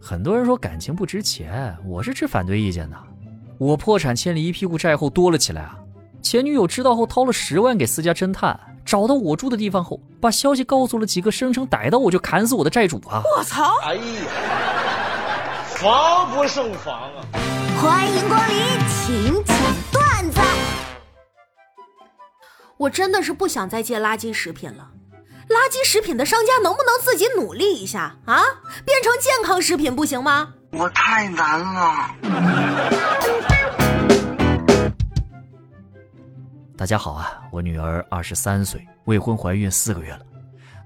很多人说感情不值钱，我是持反对意见的。我破产欠了一屁股债后多了起来啊，前女友知道后掏了十万给私家侦探，找到我住的地方后，把消息告诉了几个声称逮到我就砍死我的债主啊！我操！哎呀，防不胜防啊！欢迎光临请讲段子。我真的是不想再借垃圾食品了。垃圾食品的商家能不能自己努力一下啊？变成健康食品不行吗？我太难了。大家好啊，我女儿二十三岁，未婚怀孕四个月了，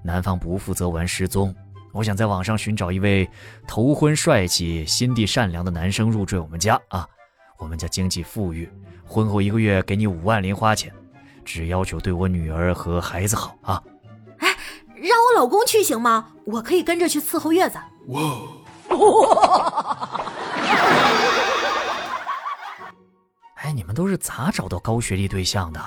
男方不负责完失踪。我想在网上寻找一位头婚帅气、心地善良的男生入赘我们家啊。我们家经济富裕，婚后一个月给你五万零花钱，只要求对我女儿和孩子好啊。让我老公去行吗？我可以跟着去伺候月子。哇！哎，你们都是咋找到高学历对象的？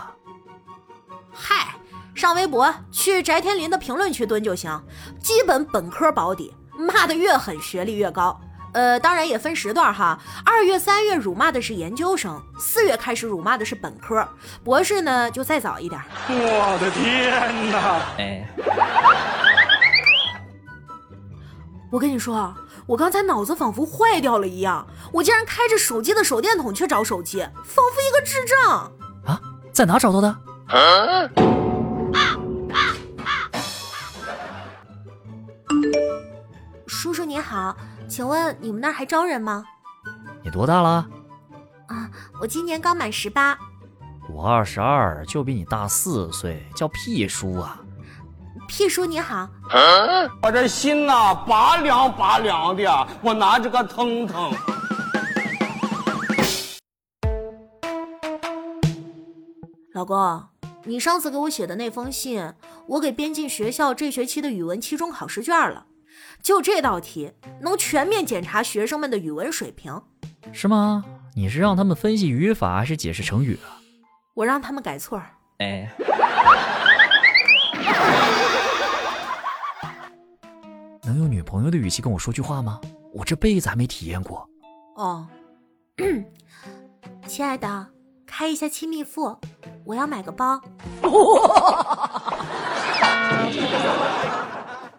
嗨，上微博去翟天临的评论区蹲就行，基本本科保底，骂的越狠学历越高。呃，当然也分时段哈，二月、三月辱骂的是研究生，四月开始辱骂的是本科，博士呢就再早一点。我的天哪！哎，我跟你说，我刚才脑子仿佛坏掉了一样，我竟然开着手机的手电筒去找手机，仿佛一个智障。啊，在哪找到的？啊叔叔您好，请问你们那儿还招人吗？你多大了？啊，我今年刚满十八。我二十二，就比你大四岁，叫屁叔啊。屁叔你好，啊、我这心呐、啊，拔凉拔凉的，我拿着个腾腾。老公，你上次给我写的那封信，我给编进学校这学期的语文期中考试卷了。就这道题，能全面检查学生们的语文水平，是吗？你是让他们分析语法，还是解释成语啊？我让他们改错。哎。能用女朋友的语气跟我说句话吗？我这辈子还没体验过。哦，亲爱的，开一下亲密付，我要买个包。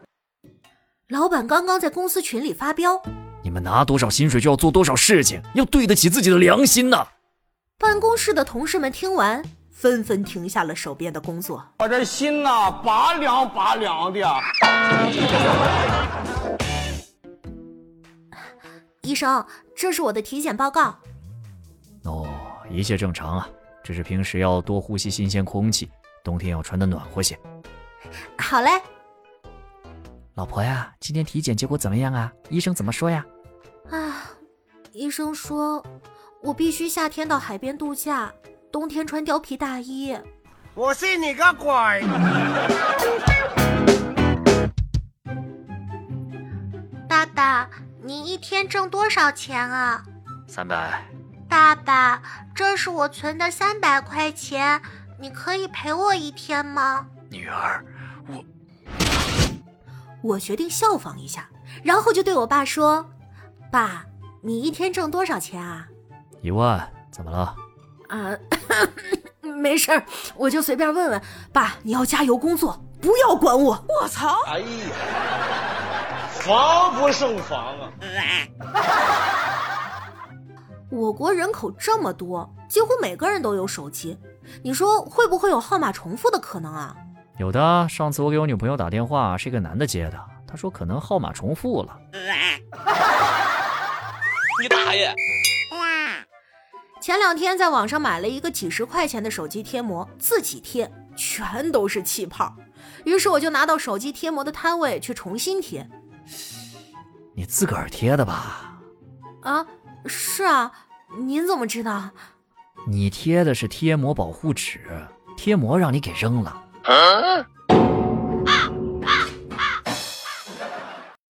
老板刚刚在公司群里发飙：“你们拿多少薪水就要做多少事情，要对得起自己的良心呐、啊！”办公室的同事们听完，纷纷停下了手边的工作。我这心呐、啊，拔凉拔凉的。啊医生，这是我的体检报告。哦，一切正常啊，只是平时要多呼吸新鲜空气，冬天要穿的暖和些。好嘞。老婆呀，今天体检结果怎么样啊？医生怎么说呀？啊，医生说我必须夏天到海边度假，冬天穿貂皮大衣。我信你个鬼！爸爸，你一天挣多少钱啊？三百。爸爸，这是我存的三百块钱，你可以陪我一天吗？女儿，我……我决定效仿一下，然后就对我爸说：“爸，你一天挣多少钱啊？”一万，怎么了？啊， 没事儿，我就随便问问。爸，你要加油工作，不要管我。我操！哎呀！防不胜防啊！我国人口这么多，几乎每个人都有手机，你说会不会有号码重复的可能啊？有的，上次我给我女朋友打电话，是一个男的接的，他说可能号码重复了。你大爷！前两天在网上买了一个几十块钱的手机贴膜，自己贴，全都是气泡。于是我就拿到手机贴膜的摊位去重新贴。你自个儿贴的吧？啊，是啊，您怎么知道？你贴的是贴膜保护纸，贴膜让你给扔了。啊、